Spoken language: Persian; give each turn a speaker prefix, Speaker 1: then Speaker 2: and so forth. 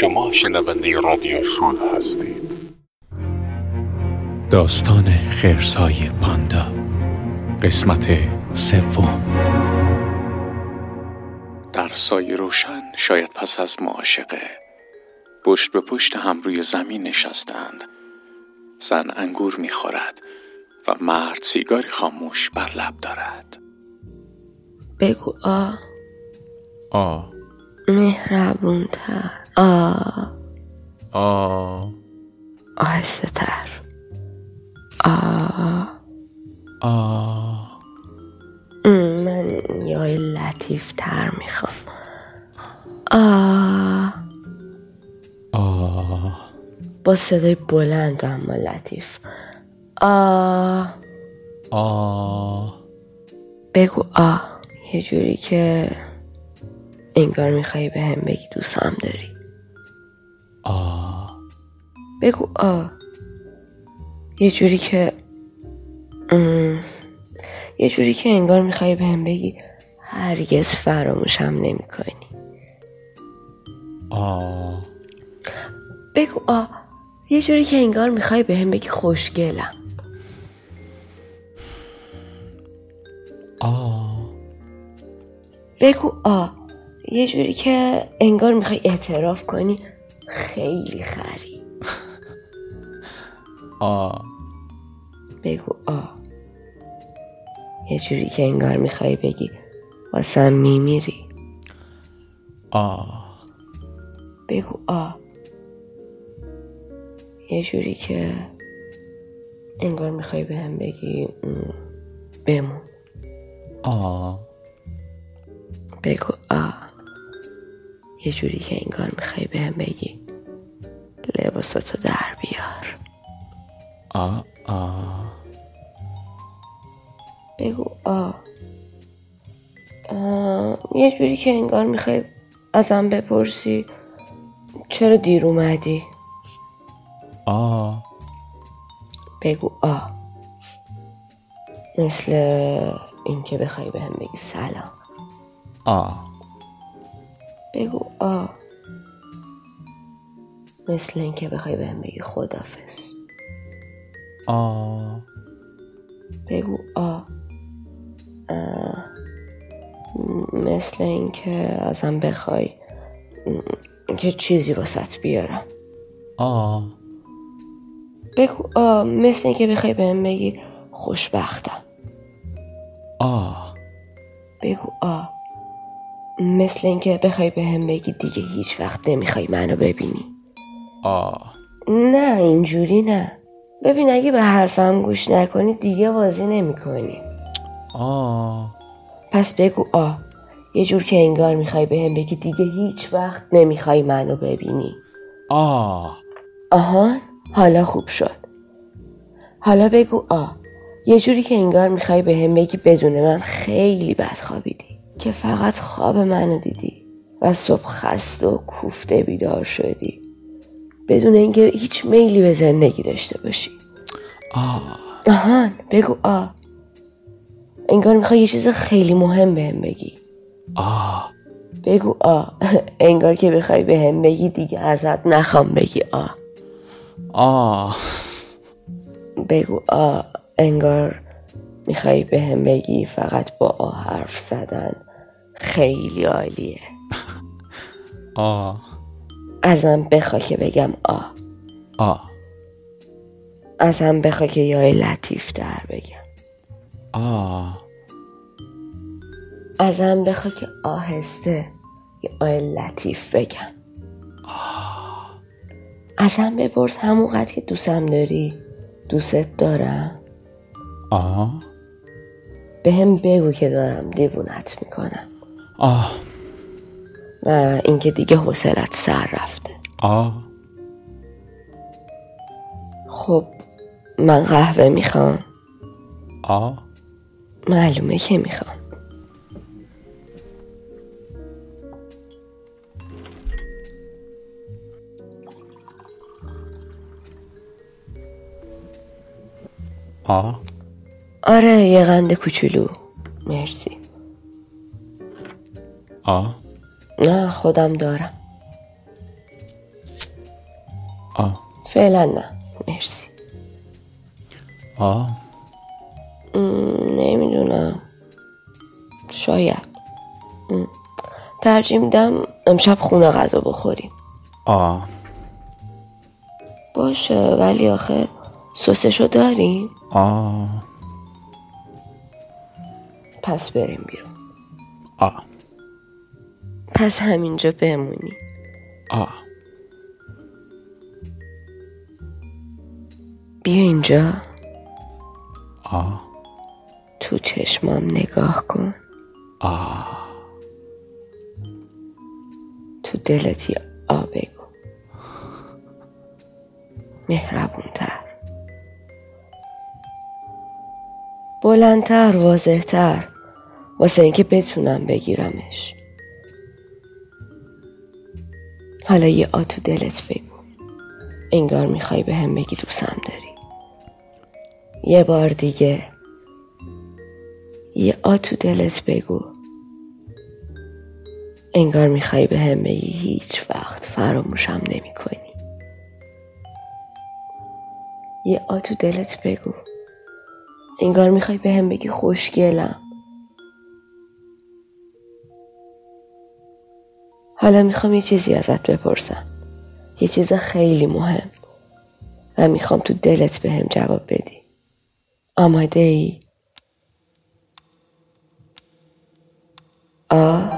Speaker 1: شما شنونده رادیو سول هستید
Speaker 2: داستان خرسای پاندا قسمت سوم در سایه روشن شاید پس از معاشقه پشت به پشت هم روی زمین نشستند زن انگور میخورد و مرد سیگاری خاموش بر لب دارد
Speaker 3: بگو آ
Speaker 4: آ
Speaker 3: مهربونتر آ
Speaker 4: آ
Speaker 3: آهسته تر آ
Speaker 4: آ
Speaker 3: ام، من یای لطیف تر میخوام آ
Speaker 4: آ
Speaker 3: با صدای بلند و اما لطیف آ
Speaker 4: آ
Speaker 3: بگو آ یه جوری که انگار میخوای به هم بگی دوستم داری
Speaker 4: آ
Speaker 3: بگو آ یه جوری که ام، یه جوری که انگار میخوای به هم بگی هرگز فراموشم نمی کنی
Speaker 4: آ
Speaker 3: بگو آ یه جوری که انگار میخوای به هم بگی خوشگلم
Speaker 4: آ
Speaker 3: بگو آ یه جوری که انگار میخوای اعتراف کنی خیلی خری
Speaker 4: آ
Speaker 3: بگو آ یه جوری که انگار میخوای بگی واسم میمیری
Speaker 4: آ
Speaker 3: بگو آ یه جوری که انگار میخوای به هم بگی م، بمون
Speaker 4: آ
Speaker 3: بگو آ یه جوری که انگار میخوای به هم بگی لباساتو در بیار
Speaker 4: آ آ
Speaker 3: بگو آ آه، یه جوری که انگار میخوای ازم بپرسی چرا دیر اومدی
Speaker 4: آ
Speaker 3: بگو آ مثل اینکه بخوای به هم بگی سلام
Speaker 4: آ
Speaker 3: بگو آ مثل اینکه بخوای بهم بگی خدافز
Speaker 4: آ
Speaker 3: بگو آ آه. مثل اینکه ازم بخوای م، که چیزی واسط بیارم
Speaker 4: آ
Speaker 3: بگو آ مثل اینکه بخوای بهم بگی خوشبختم
Speaker 4: آ
Speaker 3: بگو آ مثل اینکه بخوای بهم بگی دیگه هیچ وقت نمیخوای منو ببینی
Speaker 4: آ
Speaker 3: نه اینجوری نه ببین اگه به حرفم گوش نکنی دیگه بازی نمیکنی
Speaker 4: آ
Speaker 3: پس بگو آ یه جور که انگار میخوای به هم بگی دیگه هیچ وقت نمیخوای منو ببینی
Speaker 4: 啊 آ
Speaker 3: آها حالا خوب شد حالا بگو آ یه جوری که انگار میخوای به هم بگی بدون من خیلی بد خوابیدی که فقط خواب منو دیدی و صبح خسته و کوفته بیدار شدی بدون اینکه هیچ میلی به زندگی داشته باشی
Speaker 4: آ
Speaker 3: آهان بگو آ انگار میخوای یه چیز خیلی مهم بهم بگی
Speaker 4: آ
Speaker 3: بگو آ انگار که بخوای به هم بگی دیگه ازت نخوام بگی آ
Speaker 4: آ
Speaker 3: بگو آ انگار میخوای به هم بگی فقط با آ حرف زدن خیلی عالیه
Speaker 4: آ
Speaker 3: ازم بخوا که بگم آ
Speaker 4: آ
Speaker 3: ازم بخوا که یای لطیف در بگم
Speaker 4: آ
Speaker 3: ازم بخوا که آهسته یه آه لطیف بگم ازم بپرس همونقدر که دوستم داری دوستت دارم
Speaker 4: آ
Speaker 3: به هم بگو که دارم دیوونت میکنم
Speaker 4: آ
Speaker 3: و اینکه دیگه حوصلت سر رفته
Speaker 4: آ
Speaker 3: خب من قهوه میخوام
Speaker 4: آ
Speaker 3: معلومه که میخوام
Speaker 4: آ
Speaker 3: آره یه قند کوچولو مرسی
Speaker 4: آ 啊
Speaker 3: نه خودم دارم
Speaker 4: آ
Speaker 3: فعلا نه مرسی
Speaker 4: آ
Speaker 3: نمیدونم شاید م. ترجیح میدم امشب خونه غذا بخوریم
Speaker 4: آ
Speaker 3: باشه ولی آخه سسشو داریم
Speaker 4: آ
Speaker 3: پس بریم بیرون
Speaker 4: آ
Speaker 3: پس همینجا بمونی
Speaker 4: آ
Speaker 3: بیا اینجا
Speaker 4: آ
Speaker 3: تو چشمام نگاه کن
Speaker 4: آ
Speaker 3: تو دلتی آ بگو مهربونتر بلندتر واضحتر واسه اینکه بتونم بگیرمش حالا یه آ تو دلت بگو انگار میخوای به هم بگی دوستم داری یه بار دیگه یه آ تو دلت بگو انگار میخوای به هم بگی هیچ وقت فراموشم نمی کنی یه آ تو دلت بگو انگار میخوای به هم بگی خوشگلم حالا میخوام یه چیزی ازت بپرسم یه چیز خیلی مهم و میخوام تو دلت به هم جواب بدی آماده ای؟ آه